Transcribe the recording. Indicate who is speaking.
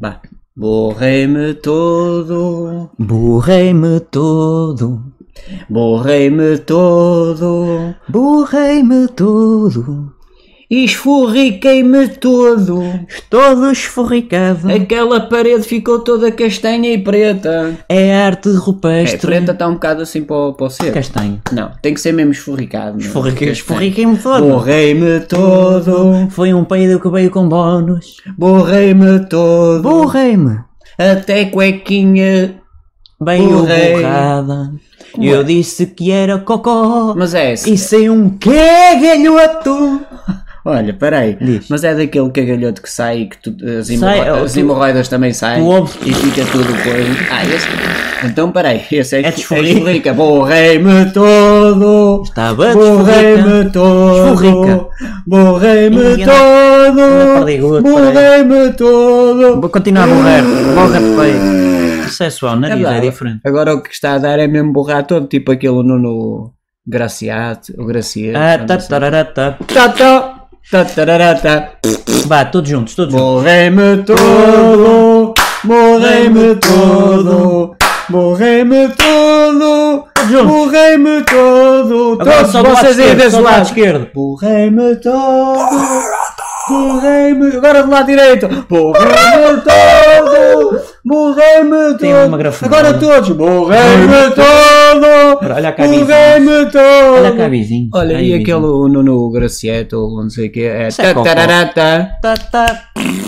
Speaker 1: Bah. Borrei-me todo,
Speaker 2: Borrei-me todo,
Speaker 1: borrei-me todo,
Speaker 2: borrei-me todo,
Speaker 1: esforriquei-me todo.
Speaker 2: todo esforricado.
Speaker 1: Aquela parede ficou toda castanha e preta.
Speaker 2: É arte
Speaker 1: É,
Speaker 2: rupestre.
Speaker 1: preta está um bocado assim para o, para o ser.
Speaker 2: Castanho.
Speaker 1: Não, tem que ser mesmo esforricado. não é?
Speaker 2: Esforriquei-
Speaker 1: Castanho.
Speaker 2: Esforriquei-me todo.
Speaker 1: Borrei-me todo,
Speaker 2: Foi um peido que veio com bónus.
Speaker 1: borrei-me todo,
Speaker 2: Borrei-me.
Speaker 1: até cuequinha.
Speaker 2: Veio
Speaker 1: Borrei.
Speaker 2: borrada. Eu disse que era cocó.
Speaker 1: Mas é essa.
Speaker 2: Isso é um quê, galhoto?
Speaker 1: Olha, peraí.
Speaker 2: Diz.
Speaker 1: Mas é daquele cagalhoto que sai e que tu- as, hemorro
Speaker 2: Sai, é ó,
Speaker 1: as
Speaker 2: tu-
Speaker 1: hemorroidas também saem
Speaker 2: Tu ouves-
Speaker 1: e fica tudo coisa. Ah, esse. Então peraí, esse é,
Speaker 2: É de esforrica.
Speaker 1: esforrica. Borrei-me todo.
Speaker 2: Estava desforricado.
Speaker 1: Borrei-me todo.
Speaker 2: Esforrica.
Speaker 1: Borrei-me
Speaker 2: Ih, não é
Speaker 1: todo.
Speaker 2: perdigoto,
Speaker 1: Borrei-me todo.
Speaker 2: Vou continuar a borrar. Borra feio. Isso é só o
Speaker 1: É
Speaker 2: nariz, é,
Speaker 1: verdade.
Speaker 2: diferente.
Speaker 1: Agora o que está a dar é mesmo borrar todo, tipo aquele Nuno Graciato, o Graciato.
Speaker 2: Ah, tá, tarará, tá.
Speaker 1: tá, tá, tá, tarará, tá.
Speaker 2: Vá, todos juntos, todos juntos.
Speaker 1: Morrei-me todo, morrei-me todo, morrei-me todo,
Speaker 2: Todos juntos.
Speaker 1: morrei-me todo,
Speaker 2: Agora
Speaker 1: todos
Speaker 2: só do lado
Speaker 1: vocês aí
Speaker 2: esquerdo,
Speaker 1: desse
Speaker 2: só do lado
Speaker 1: lado.
Speaker 2: esquerdo.
Speaker 1: Morrei-me todo, morrei-me, agora do lado direito, morrei-me todo, morrei-me
Speaker 2: Tem
Speaker 1: todo,
Speaker 2: uma grafona.
Speaker 1: agora todos, morrei-me todo,
Speaker 2: Ora, Olha cá, vizinho.
Speaker 1: morrei-me
Speaker 2: Olha cá,
Speaker 1: todo.
Speaker 2: vizinho.
Speaker 1: Olha,
Speaker 2: Aí,
Speaker 1: e
Speaker 2: vizinho.
Speaker 1: aquele Nuno Gracieto, ou não sei o que é,
Speaker 2: Isso é
Speaker 1: tá,
Speaker 2: cocó.
Speaker 1: tarará, tá.
Speaker 2: Tá, tá.